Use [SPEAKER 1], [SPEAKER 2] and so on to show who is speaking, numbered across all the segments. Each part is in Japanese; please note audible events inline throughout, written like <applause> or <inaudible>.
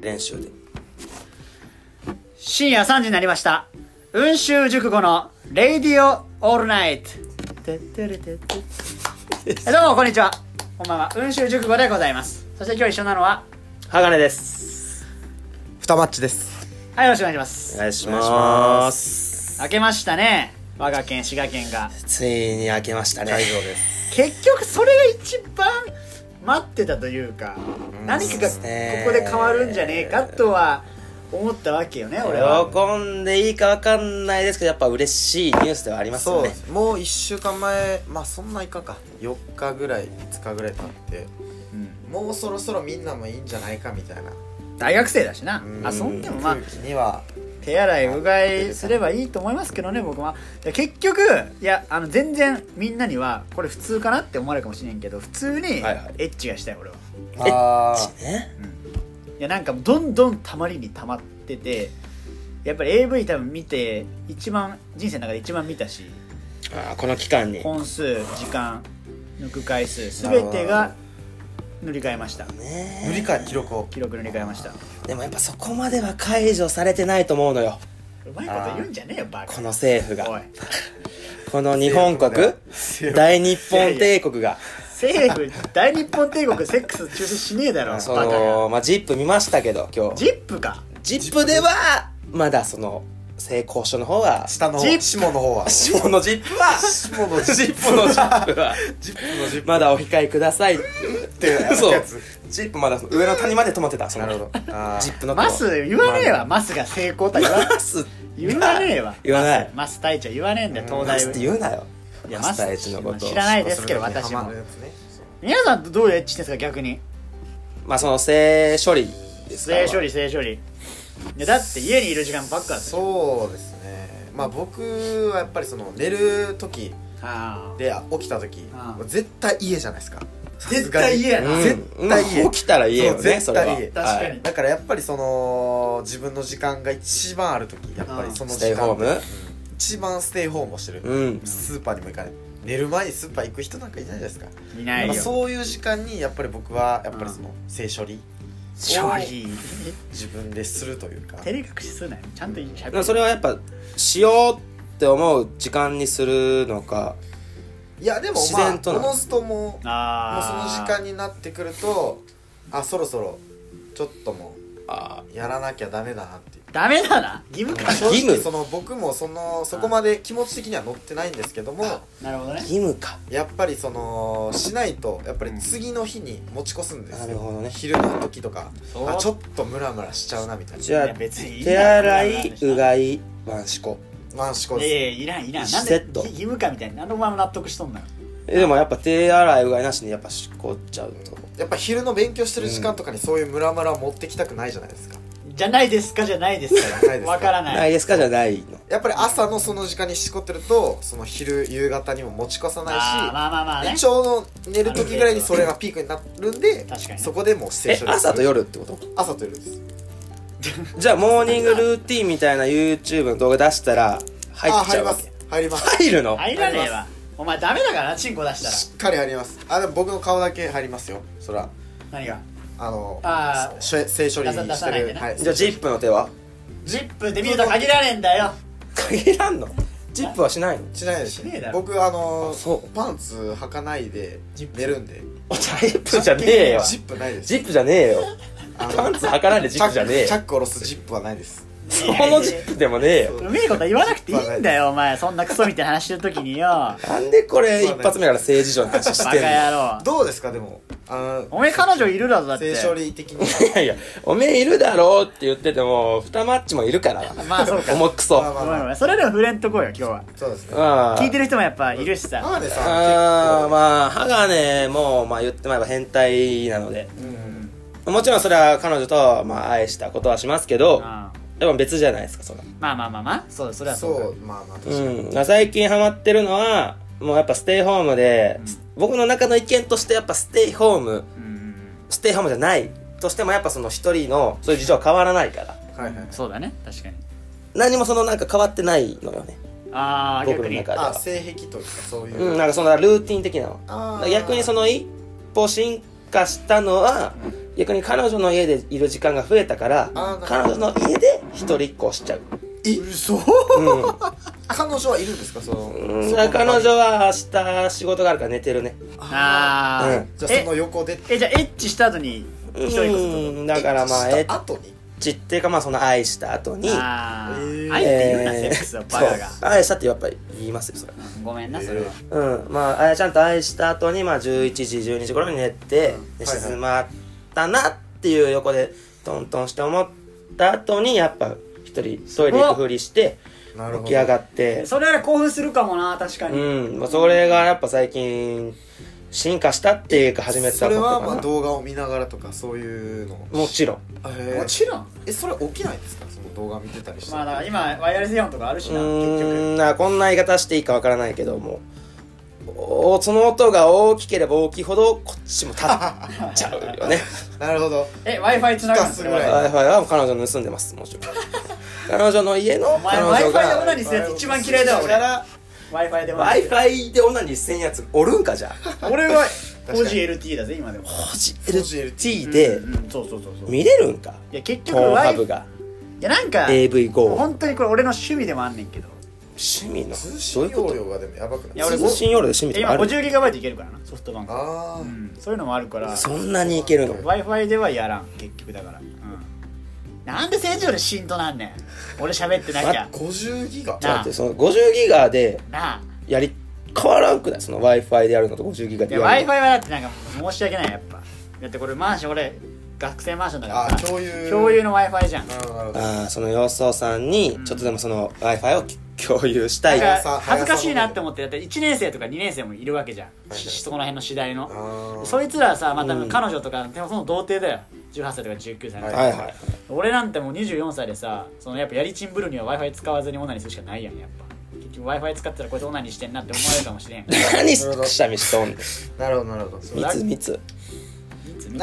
[SPEAKER 1] 練習で
[SPEAKER 2] 深夜3時になりました雲州熟語のレイディオオールナイトてってれてってえどうもこんにちはこんばんは雲州熟語でございますそして今日一緒なのは
[SPEAKER 1] 鋼です
[SPEAKER 3] 二マッチです
[SPEAKER 2] はいよろしくお願いしま
[SPEAKER 1] お
[SPEAKER 2] す
[SPEAKER 1] 願いし
[SPEAKER 3] お願いしま
[SPEAKER 1] ます
[SPEAKER 2] 明けましたね我が県滋賀県が
[SPEAKER 1] ついに開けましたね
[SPEAKER 3] 会場です
[SPEAKER 2] 結局それが一番待ってたというか、何かがここで変わるんじゃねえかとは思ったわけよね俺は
[SPEAKER 1] 喜んでいいかわかんないですけどやっぱ嬉しいニュースではあります
[SPEAKER 3] そ
[SPEAKER 1] よ
[SPEAKER 3] う
[SPEAKER 1] ね
[SPEAKER 3] ですもう1週間前まあそんないかんか4日ぐらい5日ぐらい経ってもうそろそろみんなもいいんじゃないかみたいな
[SPEAKER 2] 大学生だしな
[SPEAKER 3] うん
[SPEAKER 2] 遊んでもまあ
[SPEAKER 3] 空気には
[SPEAKER 2] 手洗いうがいすればいいと思いますけどね僕はで結局いやあの全然みんなにはこれ普通かなって思われるかもしれんけど普通にエ
[SPEAKER 1] はいはい
[SPEAKER 2] ッチがしたい俺は、
[SPEAKER 3] あー
[SPEAKER 1] ね
[SPEAKER 2] いやなんかどんどんたまりにたまっててやっぱり AV 多分見て一番人生の中で一番見たし
[SPEAKER 1] あーこの期間に
[SPEAKER 2] 本数時間抜く回数全てが塗り替えました
[SPEAKER 1] ね
[SPEAKER 3] 無理か記録を
[SPEAKER 2] 記録塗り替えましたう
[SPEAKER 1] でもやっぱそこまでは解除されてないと思うのよ
[SPEAKER 2] まいこと言うんじゃねえよバカ
[SPEAKER 1] この政府
[SPEAKER 2] おい
[SPEAKER 1] がこの日本国大日本帝国が
[SPEAKER 2] 政府大日本帝国セックス中止しねえだろ
[SPEAKER 1] そ
[SPEAKER 2] バカが
[SPEAKER 1] のまあ ZIP 見ましたけど今日
[SPEAKER 2] ジップか
[SPEAKER 1] ZIP ではまだその性交渉の方は
[SPEAKER 3] 下の
[SPEAKER 2] ジッ
[SPEAKER 3] 方
[SPEAKER 2] プ
[SPEAKER 3] 下の方は
[SPEAKER 1] 下の ZIP は
[SPEAKER 3] 下の
[SPEAKER 1] ジップのジップは
[SPEAKER 3] ジップのジップ
[SPEAKER 1] まだお控えくださいって
[SPEAKER 3] いうやつ
[SPEAKER 1] そうジップまだその上の谷まで止まってたその
[SPEAKER 3] なるほどあー
[SPEAKER 1] ジップの
[SPEAKER 2] マス言わねえ
[SPEAKER 3] ま
[SPEAKER 2] わマスが成功とは
[SPEAKER 1] <laughs>
[SPEAKER 2] 言わ
[SPEAKER 1] マス
[SPEAKER 2] 言わねえわ
[SPEAKER 1] 言わない
[SPEAKER 2] マス隊長言わねえんだよ東
[SPEAKER 1] マ
[SPEAKER 2] 大
[SPEAKER 1] スって言うなよ
[SPEAKER 2] いや
[SPEAKER 1] マスター
[SPEAKER 2] マ
[SPEAKER 1] エ
[SPEAKER 2] ス
[SPEAKER 1] チのことを
[SPEAKER 2] 知らないですけど
[SPEAKER 3] それに
[SPEAKER 2] 私も
[SPEAKER 3] ハマるやつね
[SPEAKER 2] 皆さんどういうエッチですか逆に
[SPEAKER 1] まあその性処理ですから
[SPEAKER 2] 性処理性処理いやだって家にいる時間ばっかですよ
[SPEAKER 3] そうですねまあ僕はやっぱりその寝る時
[SPEAKER 2] あ
[SPEAKER 3] で起きた時
[SPEAKER 2] ああ
[SPEAKER 3] 絶対家じゃないですか
[SPEAKER 2] 絶対家やな
[SPEAKER 1] うん
[SPEAKER 3] 絶対家
[SPEAKER 1] うん起きたら言えよ
[SPEAKER 3] そう
[SPEAKER 1] ね
[SPEAKER 3] 絶
[SPEAKER 1] それは
[SPEAKER 3] 対家
[SPEAKER 2] 確か
[SPEAKER 1] は
[SPEAKER 2] に
[SPEAKER 1] い
[SPEAKER 3] だからやっぱりその自分の時間が一番ある時やっぱ
[SPEAKER 2] ああ
[SPEAKER 3] りその
[SPEAKER 1] ス
[SPEAKER 3] 時
[SPEAKER 1] テイ
[SPEAKER 3] 間
[SPEAKER 1] ホーム
[SPEAKER 3] 一番ステイホームをしてる、
[SPEAKER 1] うん
[SPEAKER 3] スーパーにも行かない寝る前にスーパー行く人なんかいないじゃないですか
[SPEAKER 2] あいない
[SPEAKER 3] まあ
[SPEAKER 2] よ
[SPEAKER 3] そういう時間にやっぱり僕はやっぱりその性処理
[SPEAKER 2] 処理
[SPEAKER 3] 自分でするというか
[SPEAKER 2] 照れ隠しするなよちゃんとしゃ
[SPEAKER 1] でもそれはやっぱしようって思う時間にするのか
[SPEAKER 3] いやでも
[SPEAKER 1] 自
[SPEAKER 3] ま
[SPEAKER 1] 然
[SPEAKER 3] あ
[SPEAKER 1] と
[SPEAKER 3] お
[SPEAKER 1] な
[SPEAKER 3] のずともうもうその
[SPEAKER 2] あ
[SPEAKER 3] 時間になってくるとあそろそろちょっとも
[SPEAKER 1] あ
[SPEAKER 3] うやらなきゃダメだなっていう
[SPEAKER 2] ダメだな義務感
[SPEAKER 1] あ義
[SPEAKER 3] 正
[SPEAKER 1] 務
[SPEAKER 3] 直その僕もそのそこまで気持ち的には乗ってないんですけども
[SPEAKER 2] なるほどね
[SPEAKER 1] 義務か
[SPEAKER 3] やっぱりそのしないとやっぱり次の日に持ち越すんですよ
[SPEAKER 1] なるほどね
[SPEAKER 3] 昼の時とか
[SPEAKER 2] そう
[SPEAKER 3] あちょっとムラムラしちゃうなみたいな
[SPEAKER 1] じゃ
[SPEAKER 2] いや
[SPEAKER 1] あ
[SPEAKER 2] 別にいいな
[SPEAKER 1] 手洗いうがい男子校
[SPEAKER 3] まあしこ
[SPEAKER 2] いやい
[SPEAKER 3] で
[SPEAKER 2] やいらんいらんなん
[SPEAKER 1] セ
[SPEAKER 2] で
[SPEAKER 1] ット
[SPEAKER 2] 義義務感みたいに何のまま納得しとんのよ
[SPEAKER 1] えでもやっぱ手洗いうがいなしにやっぱしこっちゃうと
[SPEAKER 3] すやっぱ昼の勉強してる時間とかにそういうムラムラ持ってきたくないじゃないですか
[SPEAKER 2] じゃないですかじゃないです
[SPEAKER 3] じゃ
[SPEAKER 2] か
[SPEAKER 3] な
[SPEAKER 2] ら
[SPEAKER 3] いですか
[SPEAKER 2] わからな
[SPEAKER 1] ない
[SPEAKER 2] い
[SPEAKER 1] ですかじゃないの
[SPEAKER 3] やっぱり朝のその時間にしこってるとその昼夕方にも持ち越さないし
[SPEAKER 2] あーまあまあまあね
[SPEAKER 3] ちょうど寝る時ぐらいにそれがピークになるんで
[SPEAKER 2] 確かにね
[SPEAKER 3] そこでもうステー
[SPEAKER 1] え
[SPEAKER 3] ション
[SPEAKER 1] 朝と夜ってこと
[SPEAKER 3] 朝と夜です
[SPEAKER 1] じゃあモーニングルーティンみたいな YouTube の動画出したら入
[SPEAKER 3] あ
[SPEAKER 1] っち
[SPEAKER 3] 入
[SPEAKER 1] ゃ
[SPEAKER 3] り
[SPEAKER 1] う
[SPEAKER 3] ま
[SPEAKER 1] わけ
[SPEAKER 3] す入ります
[SPEAKER 1] 入るの
[SPEAKER 2] 入らねえわお前ダメだからなチンコ出し
[SPEAKER 3] しっかり入りますあでも僕の顔だけ入りますよそら
[SPEAKER 2] たら何が
[SPEAKER 3] あの
[SPEAKER 2] あー
[SPEAKER 3] しょ性処理してる
[SPEAKER 2] 出さないでね
[SPEAKER 3] はい
[SPEAKER 1] じゃあ ZIP の手は
[SPEAKER 2] ジップで見ると限らねえんだよ
[SPEAKER 1] 限らんの ?ZIP はしないの
[SPEAKER 3] しないです
[SPEAKER 2] しねえだろ
[SPEAKER 3] 僕あの
[SPEAKER 1] あそう
[SPEAKER 3] パンツ履かないで
[SPEAKER 2] ジップ
[SPEAKER 3] 寝るんで
[SPEAKER 1] お ZIP じゃねえよ
[SPEAKER 3] ジップないです
[SPEAKER 1] ZIP じゃねえよ
[SPEAKER 3] あの
[SPEAKER 1] パンツはからんで
[SPEAKER 3] チャ
[SPEAKER 1] ZIP
[SPEAKER 3] ック
[SPEAKER 1] じゃねえ
[SPEAKER 3] チャ
[SPEAKER 1] よ
[SPEAKER 3] ック下ろすジップはないです
[SPEAKER 1] その ZIP でもねえよ
[SPEAKER 2] うめえことは言わなくていいんだよお前そんなクソみたいな話してる時によバ
[SPEAKER 1] なんでこれ一発目から政治上の話し
[SPEAKER 2] カ
[SPEAKER 1] てんのい
[SPEAKER 2] 野郎
[SPEAKER 3] どうですかでもあの
[SPEAKER 2] おめえ彼女いるだろだって
[SPEAKER 3] 性処理
[SPEAKER 1] <laughs>
[SPEAKER 3] 的に
[SPEAKER 1] やいやおめえいるだろうって言ってても二マッチもいるから
[SPEAKER 2] まあそうか
[SPEAKER 1] 重くそ
[SPEAKER 3] まあ
[SPEAKER 2] ご
[SPEAKER 3] まあ
[SPEAKER 2] めん
[SPEAKER 3] ま
[SPEAKER 2] ご
[SPEAKER 3] あ
[SPEAKER 2] めんそれでも触れんとこうよ今日は
[SPEAKER 3] そうですね
[SPEAKER 1] ああ
[SPEAKER 2] 聞いてる人もやっぱいるしさ
[SPEAKER 3] 浜辺
[SPEAKER 1] あ
[SPEAKER 3] さ
[SPEAKER 1] ー
[SPEAKER 3] んは
[SPEAKER 1] まあ歯がねもう、まあ、言ってまえば変態なので
[SPEAKER 3] 結構うん
[SPEAKER 1] もちろんそれは彼女と、まあ、愛したことはしますけど
[SPEAKER 2] うんま
[SPEAKER 1] でも別じゃないですかそれは
[SPEAKER 2] あまあまあまあそうそれは
[SPEAKER 3] そ
[SPEAKER 2] そうか
[SPEAKER 3] うまあまあ確かに
[SPEAKER 1] うんまあ最近ハマってるのはもうやっぱステイホームで、僕の中の意見としてやっぱステイホーム
[SPEAKER 2] うん
[SPEAKER 1] ステイホームじゃないとしてもやっぱその一人のそういう事情は変わらないから
[SPEAKER 3] はいはい
[SPEAKER 2] そうだね確かに
[SPEAKER 1] 何もそのなんか変わってないのよね
[SPEAKER 2] ああ
[SPEAKER 1] 僕
[SPEAKER 2] 逆
[SPEAKER 1] の
[SPEAKER 2] に
[SPEAKER 1] 中で
[SPEAKER 3] あ
[SPEAKER 1] は
[SPEAKER 3] 性癖というかそういう、
[SPEAKER 1] うんなんかそのルーティン的なの
[SPEAKER 3] あー
[SPEAKER 1] だから逆にその一歩進化したのは、逆に彼女の家でいる時間が増えたから
[SPEAKER 3] あーな
[SPEAKER 1] 彼
[SPEAKER 3] るほ
[SPEAKER 1] 女の家で一人っ子をしちゃう、
[SPEAKER 3] え嘘
[SPEAKER 1] う
[SPEAKER 3] 彼女はいるんですかその
[SPEAKER 1] んうん、
[SPEAKER 3] そ
[SPEAKER 1] そ
[SPEAKER 3] こ
[SPEAKER 1] れ
[SPEAKER 3] の
[SPEAKER 1] は彼女は明日仕事があるから寝てるね
[SPEAKER 2] ああ、
[SPEAKER 1] うん
[SPEAKER 3] じゃあ
[SPEAKER 2] え
[SPEAKER 3] その横で
[SPEAKER 2] えじゃあエッチした後に一人こそ
[SPEAKER 1] うんだからまあエ
[SPEAKER 3] え
[SPEAKER 1] ッ
[SPEAKER 3] 後に
[SPEAKER 1] チっていうかまあその愛した後に
[SPEAKER 2] ああ、
[SPEAKER 3] えー
[SPEAKER 2] あえて言うな、
[SPEAKER 1] えー
[SPEAKER 2] セックスはバカが
[SPEAKER 1] そう愛したってやっぱり言いますよそれ
[SPEAKER 2] ごめんなそれは、
[SPEAKER 1] うんまああやちゃんと愛した後にまあ11時12時頃に寝て、で
[SPEAKER 3] はいはい
[SPEAKER 1] 静まったなっていう横でトントンして思った後にやっぱ一人トイレ行くふりして
[SPEAKER 3] なるほど
[SPEAKER 1] 起き上がって
[SPEAKER 2] それは興奮するかもな確かに、
[SPEAKER 1] うん、まあ、それがやっぱ最近進化したっていうか始めてた
[SPEAKER 3] そ
[SPEAKER 1] こ
[SPEAKER 3] れ
[SPEAKER 1] と
[SPEAKER 3] は
[SPEAKER 1] か
[SPEAKER 3] まあ
[SPEAKER 1] な
[SPEAKER 3] 動画を見ながらとかそういうの
[SPEAKER 1] もちろん
[SPEAKER 3] え
[SPEAKER 2] もちろん
[SPEAKER 3] えそれ起きないですかその動画見てたりして
[SPEAKER 2] まあだから今ワイヤレスイヤホンとかあるし
[SPEAKER 1] う
[SPEAKER 2] な結局
[SPEAKER 1] ーんなこんな言い方していいかわからないけどもおその音が大きければ大きいほどこっちも立っちゃう
[SPEAKER 3] <laughs>
[SPEAKER 1] よね
[SPEAKER 3] なるほど
[SPEAKER 2] え w i f i つながるんです
[SPEAKER 3] 聞かすぐら
[SPEAKER 2] か
[SPEAKER 3] い
[SPEAKER 1] w i f i は彼女の盗んでます
[SPEAKER 2] <laughs>
[SPEAKER 1] もちろん彼女の家の
[SPEAKER 2] お前
[SPEAKER 1] 彼
[SPEAKER 2] w i
[SPEAKER 1] 女
[SPEAKER 2] f i でオナ
[SPEAKER 1] が
[SPEAKER 2] ニーするやつ一番嫌いだわ
[SPEAKER 3] だか
[SPEAKER 2] 俺
[SPEAKER 3] ら
[SPEAKER 2] w i f i でオ
[SPEAKER 1] w
[SPEAKER 2] ナ
[SPEAKER 1] i
[SPEAKER 2] ニ
[SPEAKER 1] f
[SPEAKER 2] ー
[SPEAKER 1] i で女にしてんやつおるんかじゃあ
[SPEAKER 2] 俺は
[SPEAKER 3] かに
[SPEAKER 2] 4GLT だぜ今でも
[SPEAKER 1] LT で
[SPEAKER 2] うんそうそうそうそうい
[SPEAKER 1] 見れるんか
[SPEAKER 2] や結
[SPEAKER 1] ト
[SPEAKER 2] 局
[SPEAKER 1] ーン
[SPEAKER 2] ワ
[SPEAKER 1] ハ
[SPEAKER 2] イ
[SPEAKER 1] ブ
[SPEAKER 2] い
[SPEAKER 1] が
[SPEAKER 2] やなんか
[SPEAKER 1] AV5 趣
[SPEAKER 2] 本当にこれ俺の趣味でもあんねんけど
[SPEAKER 1] 味の
[SPEAKER 3] 通
[SPEAKER 1] どう
[SPEAKER 3] 信
[SPEAKER 1] いうこ
[SPEAKER 3] 容
[SPEAKER 1] と
[SPEAKER 3] 量がでもやばくない
[SPEAKER 2] いや俺
[SPEAKER 1] 通信用路で趣味
[SPEAKER 2] え
[SPEAKER 1] と
[SPEAKER 2] 今
[SPEAKER 1] かある
[SPEAKER 2] 50GB いけるからなソフトバンク
[SPEAKER 3] あ
[SPEAKER 2] う
[SPEAKER 3] ー
[SPEAKER 2] んそういうのもあるから
[SPEAKER 1] そんなにいけるの
[SPEAKER 2] w i f i ではやらん結局だからうんなんで政治よりしんどなんねん俺喋ってなき
[SPEAKER 3] <laughs>
[SPEAKER 2] ゃ
[SPEAKER 3] 50ギ
[SPEAKER 1] ち
[SPEAKER 3] ガ
[SPEAKER 1] ょっと
[SPEAKER 2] なあ
[SPEAKER 1] 待ってその50ギガで
[SPEAKER 2] なあ
[SPEAKER 1] やり変わらんくないその w i f i でやるのと50ギガ
[SPEAKER 2] い
[SPEAKER 1] で
[SPEAKER 2] や
[SPEAKER 1] や
[SPEAKER 2] w i
[SPEAKER 1] る
[SPEAKER 2] f
[SPEAKER 1] の
[SPEAKER 2] i はだってなんか申し訳ないやっぱだってこれマンション俺学生マンションだから
[SPEAKER 3] あ
[SPEAKER 2] さ
[SPEAKER 3] 共有
[SPEAKER 2] 共有の w i f i じゃん
[SPEAKER 3] なるほどなるほど
[SPEAKER 1] ああその様子をさんにちょっとでもその w i f i をき共有した
[SPEAKER 2] だ
[SPEAKER 1] い
[SPEAKER 2] か
[SPEAKER 3] は
[SPEAKER 2] ら
[SPEAKER 3] 速さ
[SPEAKER 2] 恥ずかしいなって思ってだって1年生とか2年生もいるわけじゃん
[SPEAKER 3] はい
[SPEAKER 2] しそこの辺の次第の
[SPEAKER 3] あー
[SPEAKER 2] そいつらはさまた
[SPEAKER 1] うん
[SPEAKER 2] 彼女とかでもその童貞だよ18歳とか19歳の
[SPEAKER 1] はいはい
[SPEAKER 2] 俺なんてもう24歳でさそのやっぱやりちんぶるには w i f i 使わずにオナニーするしかないやんやっぱ結局 w i f i 使ってたらこいつオナニーしてんなって思われるかもしれん
[SPEAKER 1] 何くしゃみしとんねん
[SPEAKER 3] なるほどなるほどそう
[SPEAKER 2] み
[SPEAKER 3] だ
[SPEAKER 1] 密密
[SPEAKER 3] か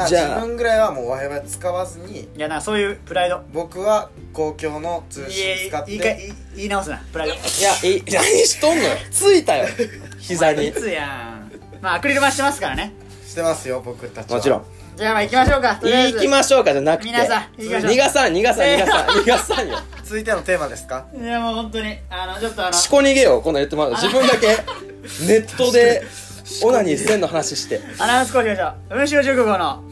[SPEAKER 3] ら
[SPEAKER 1] じゃあ
[SPEAKER 3] 自分ぐらいはもう w i f i 使わずに
[SPEAKER 2] いやなそういうプライド
[SPEAKER 3] 僕は公共の通
[SPEAKER 2] いやい
[SPEAKER 3] 信使
[SPEAKER 2] や
[SPEAKER 3] っ
[SPEAKER 2] 言いか
[SPEAKER 3] て
[SPEAKER 2] 言い言い直すなプライド
[SPEAKER 1] いやい何しとんのよついたよ膝に
[SPEAKER 2] いつやんまあアクリル板してますからね
[SPEAKER 3] してますよ僕たちは
[SPEAKER 1] もちろん
[SPEAKER 2] じゃあまあ行きましょうかとりあえず
[SPEAKER 1] 行きましょうかじゃなくて
[SPEAKER 2] 皆さん行きましょう
[SPEAKER 1] 逃がさん逃がさん逃がさん逃がさんよ
[SPEAKER 3] 続いてのテーマですか
[SPEAKER 2] いやもう本当にあのちょっとあの
[SPEAKER 1] しこ逃げよこんなん言ってもらう自分だけネットでオナニーせんの話して
[SPEAKER 2] アナウンス講師ましょう文章熟語の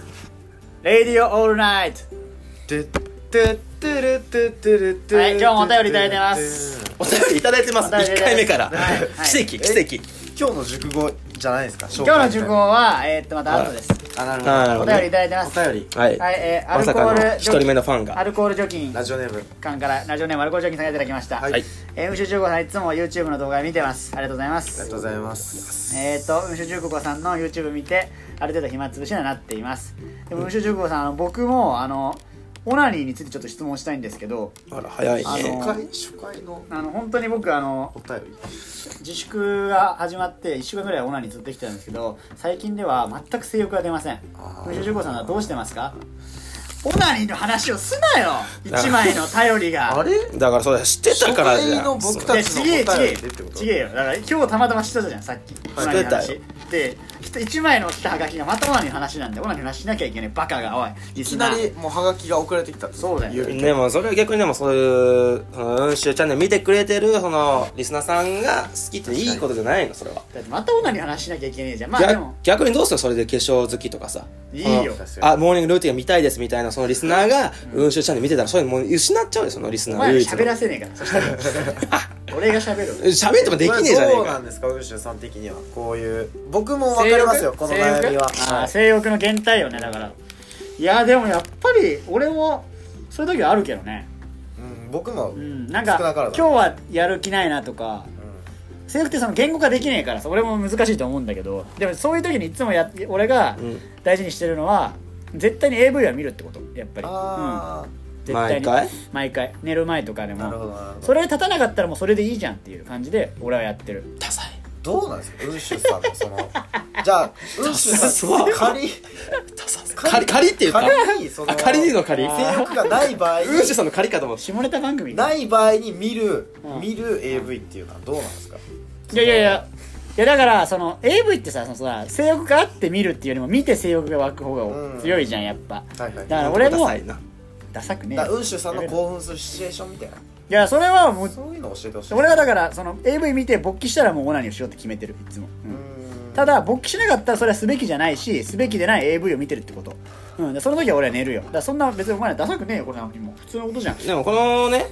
[SPEAKER 2] 「レディオオールナイト
[SPEAKER 3] てってってるってってるって
[SPEAKER 2] はい今日もお便りいただいてます
[SPEAKER 1] お便りいただいてます
[SPEAKER 2] お便りいただい
[SPEAKER 1] 1回
[SPEAKER 2] てます
[SPEAKER 1] 目から
[SPEAKER 2] はいはい
[SPEAKER 1] 奇跡奇跡
[SPEAKER 3] 今日の熟語じゃないですか」
[SPEAKER 2] 今日の熟語はえーっとまた後です
[SPEAKER 3] あなるほど
[SPEAKER 1] なる
[SPEAKER 2] お
[SPEAKER 1] ほど
[SPEAKER 2] 便りいただいてます
[SPEAKER 3] お便り
[SPEAKER 1] はい、
[SPEAKER 2] はいえーア
[SPEAKER 1] ま
[SPEAKER 2] ルコ
[SPEAKER 1] さかの
[SPEAKER 2] ール
[SPEAKER 1] 1
[SPEAKER 2] 除
[SPEAKER 1] 人目
[SPEAKER 2] 菌
[SPEAKER 1] のファン
[SPEAKER 2] ア
[SPEAKER 1] が
[SPEAKER 2] ルコール除菌
[SPEAKER 3] ラジオネーム
[SPEAKER 2] 館からラジオネームアルコール除菌さんからいただきました
[SPEAKER 3] はい
[SPEAKER 1] はい
[SPEAKER 2] えー、うんしゅじゅうこさんいつも YouTube の動画見てますありがとうございま
[SPEAKER 3] ありが
[SPEAKER 2] す
[SPEAKER 3] とうございます
[SPEAKER 2] えっ、ー、とうんしゅじゅうこさんの YouTube 見てある程度暇つぶしにはなっていますでもうんしゅじゅうこさんあの僕もあのオナニーについてちょっと質問したいんですけど
[SPEAKER 1] あら早い
[SPEAKER 2] あ
[SPEAKER 1] ね
[SPEAKER 2] の
[SPEAKER 3] 初回初回の
[SPEAKER 2] あの本当に僕あの
[SPEAKER 3] お便り
[SPEAKER 2] 自粛が始まって1週間ぐらいオナニーずっときてたんですけど最近では全く性欲が出ません
[SPEAKER 3] あー
[SPEAKER 2] 無所五さんはどうしてますかオナニーの話をすなよ一枚の頼りが
[SPEAKER 3] あれ
[SPEAKER 1] だからそれ知ってたからじ
[SPEAKER 3] 初
[SPEAKER 1] ゃ
[SPEAKER 3] 回
[SPEAKER 1] ん
[SPEAKER 3] の僕
[SPEAKER 2] い
[SPEAKER 3] た
[SPEAKER 2] や
[SPEAKER 3] ち
[SPEAKER 2] ち
[SPEAKER 3] の
[SPEAKER 2] げえち
[SPEAKER 3] 答
[SPEAKER 2] げ
[SPEAKER 3] え
[SPEAKER 2] え
[SPEAKER 3] でってこと
[SPEAKER 2] ちげえよだから今日たまたま知ってたじゃんさっきオナニー
[SPEAKER 1] 知っ
[SPEAKER 2] の話できっと1枚の来たハガキがまたオナニーの話なんでオナニーの話しなきゃいけないバカがおいリ
[SPEAKER 3] い
[SPEAKER 2] ス
[SPEAKER 3] き
[SPEAKER 2] ナ
[SPEAKER 3] な
[SPEAKER 2] ー
[SPEAKER 3] りもうハガキが送られてきたんです
[SPEAKER 2] そうだよ
[SPEAKER 3] 指
[SPEAKER 1] でもそれは逆にでもそういうそのうんしゅうチャンネル見てくれてるそのリスナーさんが好きっていいことじゃないのそれは、
[SPEAKER 2] だってまたオナニーの話しなきゃいけねえじゃんまあでも
[SPEAKER 1] 逆逆にどうするそれで化粧好きとかさ
[SPEAKER 2] いいよ
[SPEAKER 3] 確か
[SPEAKER 1] あモーニングルーティンが見たいですみたいなそのリスナーが「うんしゅうチャンネル」見てたらそういうのもう失っちゃうよそのリス
[SPEAKER 2] お
[SPEAKER 1] ナー
[SPEAKER 2] 前
[SPEAKER 1] 唯
[SPEAKER 2] ら
[SPEAKER 1] 一の
[SPEAKER 2] 喋らせねえからそした
[SPEAKER 3] <laughs>
[SPEAKER 2] ら俺が喋る
[SPEAKER 1] 喋ってもできねえじゃねえ
[SPEAKER 3] どうな
[SPEAKER 1] か
[SPEAKER 3] んですかウンシュさん的にはこういう僕も分かりますよこの悩みは
[SPEAKER 2] 性欲あー性欲の減退よねだからいやでもやっぱり俺もそういう時はあるけどね
[SPEAKER 3] うん僕も
[SPEAKER 2] う
[SPEAKER 3] う
[SPEAKER 2] ん
[SPEAKER 3] ん
[SPEAKER 2] なん
[SPEAKER 3] 少なから
[SPEAKER 2] か今
[SPEAKER 3] だ
[SPEAKER 2] 日はやる気ないなとか性欲ってその言語化できねえからさ俺も難しいと思うんだけどでもそういう時にいつもや俺が
[SPEAKER 1] うん
[SPEAKER 2] 大事にしてるのは絶対に AV は見るってことやっぱり、うん、
[SPEAKER 3] あ
[SPEAKER 2] 絶対に
[SPEAKER 1] 毎回
[SPEAKER 2] 毎回寝る前とかで
[SPEAKER 3] あなるほ
[SPEAKER 2] も
[SPEAKER 3] どなるほど
[SPEAKER 2] それ立たなかったらもうそれでいいじゃんっていう感じで俺はやってる
[SPEAKER 1] ダサい
[SPEAKER 3] どうなんですかウンシュさんのそのじゃあウンシュさ
[SPEAKER 1] そ
[SPEAKER 3] ん
[SPEAKER 1] う
[SPEAKER 3] 仮
[SPEAKER 1] ダサ仮仮っていうか
[SPEAKER 3] 仮にその
[SPEAKER 1] あ仮にの仮
[SPEAKER 2] あ
[SPEAKER 3] 性欲がない場合に
[SPEAKER 1] うんしゅうさんの仮かと思って
[SPEAKER 2] 下ネタ番組
[SPEAKER 3] ない場合に見る
[SPEAKER 2] うん
[SPEAKER 3] 見る AV っていうのはどうなんですか
[SPEAKER 2] いやいやいやいやだからその AV ってさそのさ性欲があって見るっていうよりも見て性欲が湧く方
[SPEAKER 3] う
[SPEAKER 2] が
[SPEAKER 3] ん
[SPEAKER 2] 強いじゃんやっぱ
[SPEAKER 3] はいはい
[SPEAKER 2] だ
[SPEAKER 3] だ
[SPEAKER 2] から俺も
[SPEAKER 1] ダサいな
[SPEAKER 2] ダサくねえ
[SPEAKER 3] からウンシュさんの興奮するシチュエーションみたいない
[SPEAKER 2] やそれはもう
[SPEAKER 3] そういうの教えてほしい
[SPEAKER 2] 俺はだか
[SPEAKER 3] か
[SPEAKER 2] らその AV 見て勃起したらもうオナニーをしようって決めてるいつも、うんた
[SPEAKER 3] だ
[SPEAKER 2] だ勃起しなかったらそれはすべきじゃないしすべきでない AV を見てるってこと、うん、でその時は俺は寝るよだからそんな別にお前らダサくねえよこれなんてもう普通のことじゃん、
[SPEAKER 1] でもこのね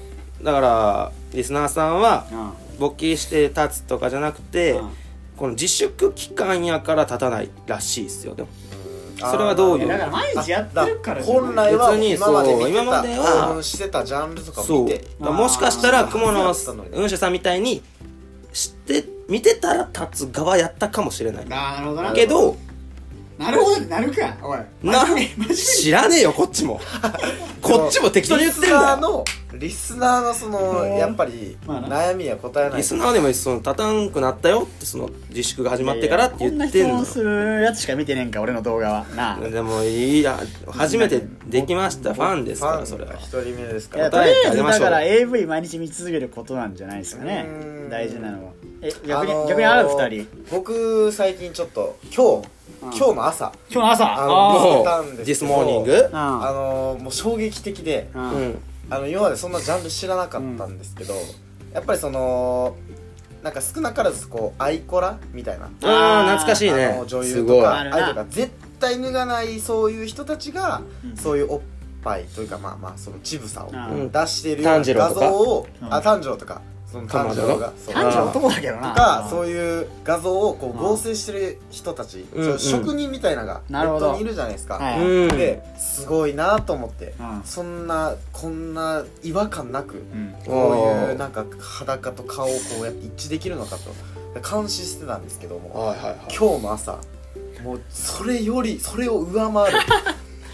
[SPEAKER 1] だからリスナーさんは
[SPEAKER 2] うん、
[SPEAKER 1] 勃起して立つとかじゃなくて、
[SPEAKER 2] うん
[SPEAKER 1] この自粛期間やから立たないらしいですよでもそれはどういう
[SPEAKER 2] だから毎日やってるからじゃん
[SPEAKER 3] 本来は
[SPEAKER 1] 別に
[SPEAKER 3] 今まで見
[SPEAKER 1] そう
[SPEAKER 3] て
[SPEAKER 1] 今までは
[SPEAKER 3] た興奮してたジャンルとか
[SPEAKER 1] そ
[SPEAKER 3] 見
[SPEAKER 1] う
[SPEAKER 3] て
[SPEAKER 1] だからもしかしたら
[SPEAKER 3] あー
[SPEAKER 1] 雲野
[SPEAKER 3] そうだったのに
[SPEAKER 1] 運者さんみたいに知って見てたら立つ側やったかもしれない
[SPEAKER 2] なるほどな
[SPEAKER 1] けど
[SPEAKER 2] なるほどなるか
[SPEAKER 3] おい
[SPEAKER 1] な
[SPEAKER 2] 真面目に
[SPEAKER 1] 知らねえよこっち
[SPEAKER 3] <laughs>
[SPEAKER 1] もこっちも適当に言ってんだよ
[SPEAKER 3] リスナーのリスナーのそのやっぱり
[SPEAKER 2] まあな
[SPEAKER 3] 悩みは答えない
[SPEAKER 1] リスナーでもいいしその立たんくなったよってその自粛が始まってからって言ってん
[SPEAKER 2] こんな
[SPEAKER 1] の
[SPEAKER 2] 質問するやつしか見てねえんか俺の動画はなあ
[SPEAKER 1] でもいいや初めてできましたファンです
[SPEAKER 3] フ
[SPEAKER 1] か
[SPEAKER 3] ァ
[SPEAKER 1] ら
[SPEAKER 3] ン
[SPEAKER 1] それは
[SPEAKER 3] 一人目ですか
[SPEAKER 2] いや
[SPEAKER 3] ら
[SPEAKER 2] と
[SPEAKER 1] 答
[SPEAKER 2] り
[SPEAKER 1] えて
[SPEAKER 2] あえ
[SPEAKER 1] あ
[SPEAKER 2] ず
[SPEAKER 1] げましょ
[SPEAKER 2] だ
[SPEAKER 1] う
[SPEAKER 2] から AV 毎日見続けることなんじゃないですかね
[SPEAKER 3] うーん
[SPEAKER 2] 大事なのはえ
[SPEAKER 3] あ
[SPEAKER 2] 逆に、
[SPEAKER 3] のー
[SPEAKER 2] 逆にある二人
[SPEAKER 3] 僕最近ちょっと今
[SPEAKER 2] うん
[SPEAKER 3] 日今日の朝
[SPEAKER 2] 今日の朝
[SPEAKER 3] あ
[SPEAKER 2] あ
[SPEAKER 3] の
[SPEAKER 1] も
[SPEAKER 3] 見てたん
[SPEAKER 1] う「
[SPEAKER 3] ですけ
[SPEAKER 1] This
[SPEAKER 3] ど
[SPEAKER 1] Morning
[SPEAKER 2] う」ん
[SPEAKER 3] あのもう衝撃的で
[SPEAKER 2] うん
[SPEAKER 1] う
[SPEAKER 2] うん
[SPEAKER 1] ん
[SPEAKER 3] あの今までそんなジャンル知らなかったんですけどやっぱりそのなんか少なからずこうアイコラみたいな
[SPEAKER 1] ああ懐かしい
[SPEAKER 3] あ
[SPEAKER 1] ね
[SPEAKER 3] の女
[SPEAKER 1] す
[SPEAKER 3] 優
[SPEAKER 1] ご
[SPEAKER 3] と
[SPEAKER 1] い
[SPEAKER 3] か
[SPEAKER 2] あ
[SPEAKER 3] ア
[SPEAKER 2] る
[SPEAKER 3] イ
[SPEAKER 2] な
[SPEAKER 3] ドルが絶対脱がないそういう人たちが、
[SPEAKER 2] うん
[SPEAKER 3] そういうおっぱいというかまあまあその乳房を
[SPEAKER 2] うん
[SPEAKER 3] 出しているよう
[SPEAKER 1] 炭
[SPEAKER 3] な
[SPEAKER 1] 治郎
[SPEAKER 3] 画
[SPEAKER 1] とか
[SPEAKER 3] 像を、
[SPEAKER 2] うん
[SPEAKER 3] あ炭治郎とかその炭治郎がそう
[SPEAKER 2] 単純
[SPEAKER 1] 郎
[SPEAKER 2] 男だけど
[SPEAKER 3] と
[SPEAKER 2] な
[SPEAKER 3] かそう
[SPEAKER 2] い
[SPEAKER 3] いう画像をこ
[SPEAKER 2] うん
[SPEAKER 3] う合成してる人たち、
[SPEAKER 1] うん
[SPEAKER 3] そう
[SPEAKER 1] うん
[SPEAKER 3] 職人みたいなのが
[SPEAKER 2] なるほ
[SPEAKER 3] 本
[SPEAKER 2] ど
[SPEAKER 3] 当にいるじゃないですか、
[SPEAKER 2] はい
[SPEAKER 1] うん
[SPEAKER 3] ですごいなと思って、
[SPEAKER 2] うん
[SPEAKER 3] そんなこんな違和感なく、
[SPEAKER 2] うん
[SPEAKER 3] こう
[SPEAKER 1] お
[SPEAKER 3] い
[SPEAKER 1] ー
[SPEAKER 3] うなんか裸と顔をこうやって一致できるのかと監視してたんですけども、
[SPEAKER 1] はいはいはい
[SPEAKER 3] 今日の朝もうそれよりそれを上
[SPEAKER 1] <laughs>
[SPEAKER 3] 回る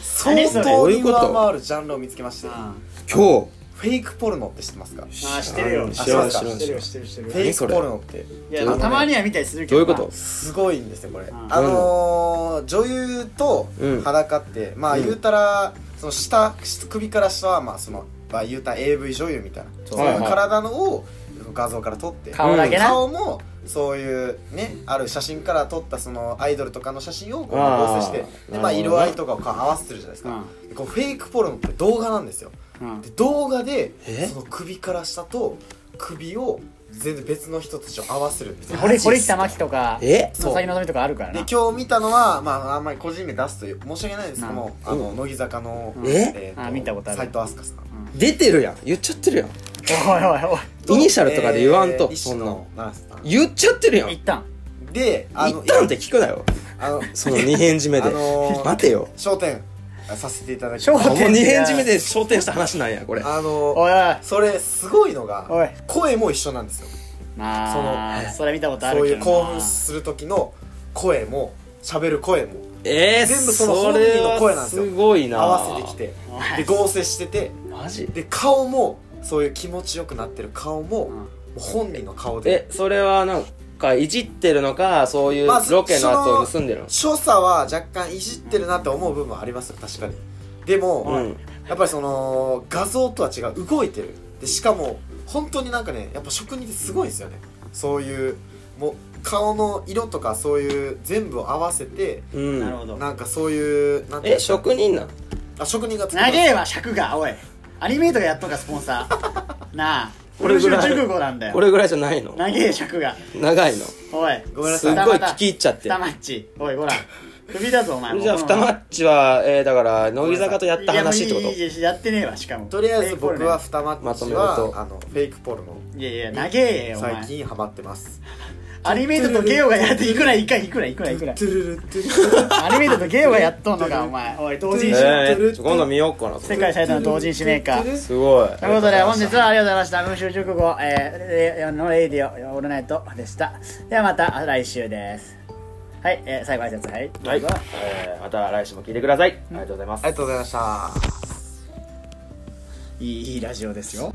[SPEAKER 3] 相
[SPEAKER 2] 何それ
[SPEAKER 1] ど
[SPEAKER 3] 当
[SPEAKER 1] うい
[SPEAKER 3] に
[SPEAKER 1] うこと
[SPEAKER 3] 上回るジャンルを見つけまして
[SPEAKER 2] あ
[SPEAKER 1] 今
[SPEAKER 3] フェイクポルノって知ってますかフ
[SPEAKER 2] ーしてるよ
[SPEAKER 1] 知
[SPEAKER 3] らん
[SPEAKER 2] 知
[SPEAKER 3] 知
[SPEAKER 2] ら
[SPEAKER 1] ら
[SPEAKER 2] ん
[SPEAKER 1] ん
[SPEAKER 2] 知ってるよ知ってる知ってる
[SPEAKER 3] ェイクポルノって
[SPEAKER 2] いやまあたまには見たりするけ
[SPEAKER 1] ど
[SPEAKER 2] ど
[SPEAKER 1] ういうこと
[SPEAKER 3] すごいんですよこれ、
[SPEAKER 2] ん
[SPEAKER 3] あのー、女優と
[SPEAKER 1] うん
[SPEAKER 3] 裸って、まあ
[SPEAKER 1] うん
[SPEAKER 3] 言うたらその下首から下はまあその、まあ、言うたら AV 女優みたいな
[SPEAKER 2] そう
[SPEAKER 3] そうい
[SPEAKER 1] は
[SPEAKER 3] う
[SPEAKER 1] いはい
[SPEAKER 3] 体のを画像から撮って
[SPEAKER 2] 顔だけな、
[SPEAKER 3] 顔もそういうねある写真から撮ったそのアイドルとかの写真をこう
[SPEAKER 1] あー
[SPEAKER 3] 合成してで、ま
[SPEAKER 1] なるほど
[SPEAKER 3] あ、
[SPEAKER 1] ね
[SPEAKER 3] 色合いとかをこう合わせてるじゃないですか、でこうフェイクポルノって動画なんですよ
[SPEAKER 2] うん
[SPEAKER 3] で動画で
[SPEAKER 1] え
[SPEAKER 3] その首から下と首を全然別の人たちを合わせるみたいな
[SPEAKER 2] 堀堀北真希とか
[SPEAKER 1] え
[SPEAKER 3] そう
[SPEAKER 2] 佐々木希とかあるから
[SPEAKER 3] で
[SPEAKER 2] な
[SPEAKER 3] 今日見たのは、まあ、あんまり個人名出すと申し訳ないですけども、あの乃木坂の
[SPEAKER 2] うん
[SPEAKER 1] え
[SPEAKER 3] え
[SPEAKER 2] あ見たことある
[SPEAKER 3] 斎藤飛鳥さん
[SPEAKER 1] 出てるやん言っちゃってるやん
[SPEAKER 2] おいおい
[SPEAKER 1] イニシャルとかで言わんと
[SPEAKER 3] えー
[SPEAKER 1] そんなの
[SPEAKER 3] 石野七瀬さん
[SPEAKER 1] 言っちゃってるや
[SPEAKER 2] お
[SPEAKER 1] ん
[SPEAKER 2] い
[SPEAKER 1] 一
[SPEAKER 2] 一旦
[SPEAKER 3] であの
[SPEAKER 1] 旦って聞くなよ <laughs>
[SPEAKER 3] あの
[SPEAKER 1] その2返事目
[SPEAKER 3] あ
[SPEAKER 1] で
[SPEAKER 3] のー
[SPEAKER 1] 待てよ
[SPEAKER 3] 焦点させていただき
[SPEAKER 2] 焦
[SPEAKER 1] もう
[SPEAKER 2] 点
[SPEAKER 1] 2返事目で焦点した話なんやこれ
[SPEAKER 3] あの
[SPEAKER 2] おいおい
[SPEAKER 3] それすごいの
[SPEAKER 2] おい
[SPEAKER 3] が声も一緒なんですよ
[SPEAKER 2] まあ
[SPEAKER 1] その
[SPEAKER 2] それ見たことあ
[SPEAKER 3] そう
[SPEAKER 2] る
[SPEAKER 3] い
[SPEAKER 2] け
[SPEAKER 3] う
[SPEAKER 2] ど
[SPEAKER 3] 興
[SPEAKER 2] な
[SPEAKER 3] 奮する時の声も喋る声も
[SPEAKER 1] えー、
[SPEAKER 3] 全部その本人の声なんですよ
[SPEAKER 1] それはすごい
[SPEAKER 3] 合
[SPEAKER 1] な
[SPEAKER 3] わせてきて
[SPEAKER 2] おい
[SPEAKER 3] で合成してて
[SPEAKER 1] マジ
[SPEAKER 3] で顔もそういう気持ちよくなってる顔も
[SPEAKER 2] うん
[SPEAKER 3] もう本人の顔で
[SPEAKER 1] えそれはなんかいじってるのかそういう
[SPEAKER 3] まあそ
[SPEAKER 1] ロケの後を盗んでるの、
[SPEAKER 3] 所作は若干いじってるなって思う部分はありますよ確かにでも、
[SPEAKER 1] うん
[SPEAKER 3] やっぱりその画像とは違う動いてるでしかも本当になんかねやっぱ職人ってすごいんですよねそういうもう顔の色とかそういう全部を合わせて
[SPEAKER 1] うん
[SPEAKER 2] なるほど
[SPEAKER 3] なんかそういうなんていうん
[SPEAKER 1] え
[SPEAKER 3] ですか
[SPEAKER 1] 職人なん
[SPEAKER 3] あ職人が作
[SPEAKER 2] 長
[SPEAKER 3] る
[SPEAKER 2] えわ尺がおいアニメートがやっとんかスポンサーなあ
[SPEAKER 1] これぐらい
[SPEAKER 2] 熟語なんだよ
[SPEAKER 1] これぐらいじゃないの
[SPEAKER 2] 長え尺が
[SPEAKER 1] 長いの
[SPEAKER 2] おい
[SPEAKER 3] ごめんな
[SPEAKER 1] す
[SPEAKER 3] さ
[SPEAKER 1] っ
[SPEAKER 3] い
[SPEAKER 1] ごい聞き入っちゃって
[SPEAKER 2] 二マッチおいほら首だぞお前
[SPEAKER 1] じゃあ二マッチは、えー、だから乃木坂とやった話ってこ
[SPEAKER 2] いやもういいいいいいやってねえわしかも
[SPEAKER 3] とりあえず僕は二マ
[SPEAKER 1] ま
[SPEAKER 3] ッ
[SPEAKER 1] と
[SPEAKER 3] チ
[SPEAKER 1] めると
[SPEAKER 3] は、あのフェイクポルノ
[SPEAKER 2] いやいや長えよお
[SPEAKER 3] 最
[SPEAKER 2] 前
[SPEAKER 3] 近ハマってます
[SPEAKER 2] アニメートとゲオがやっていくらいかいくらいくらいくらいアニメートとゲオがやっとんのかお前おい同人誌
[SPEAKER 1] と、
[SPEAKER 2] の
[SPEAKER 1] えー、今度見ようかな
[SPEAKER 2] 世界最大の同人誌メーカー
[SPEAKER 1] すごい
[SPEAKER 2] ということで本日はありがとうございました群衆熟語、えー、レのレイディオオールナイトでしたではまた来週ですはい、えー、最後挨拶はい
[SPEAKER 1] はい、えー、また来週も聞いてくださいありがとうございます
[SPEAKER 3] ありがとうございました
[SPEAKER 2] いいいいラジオですよ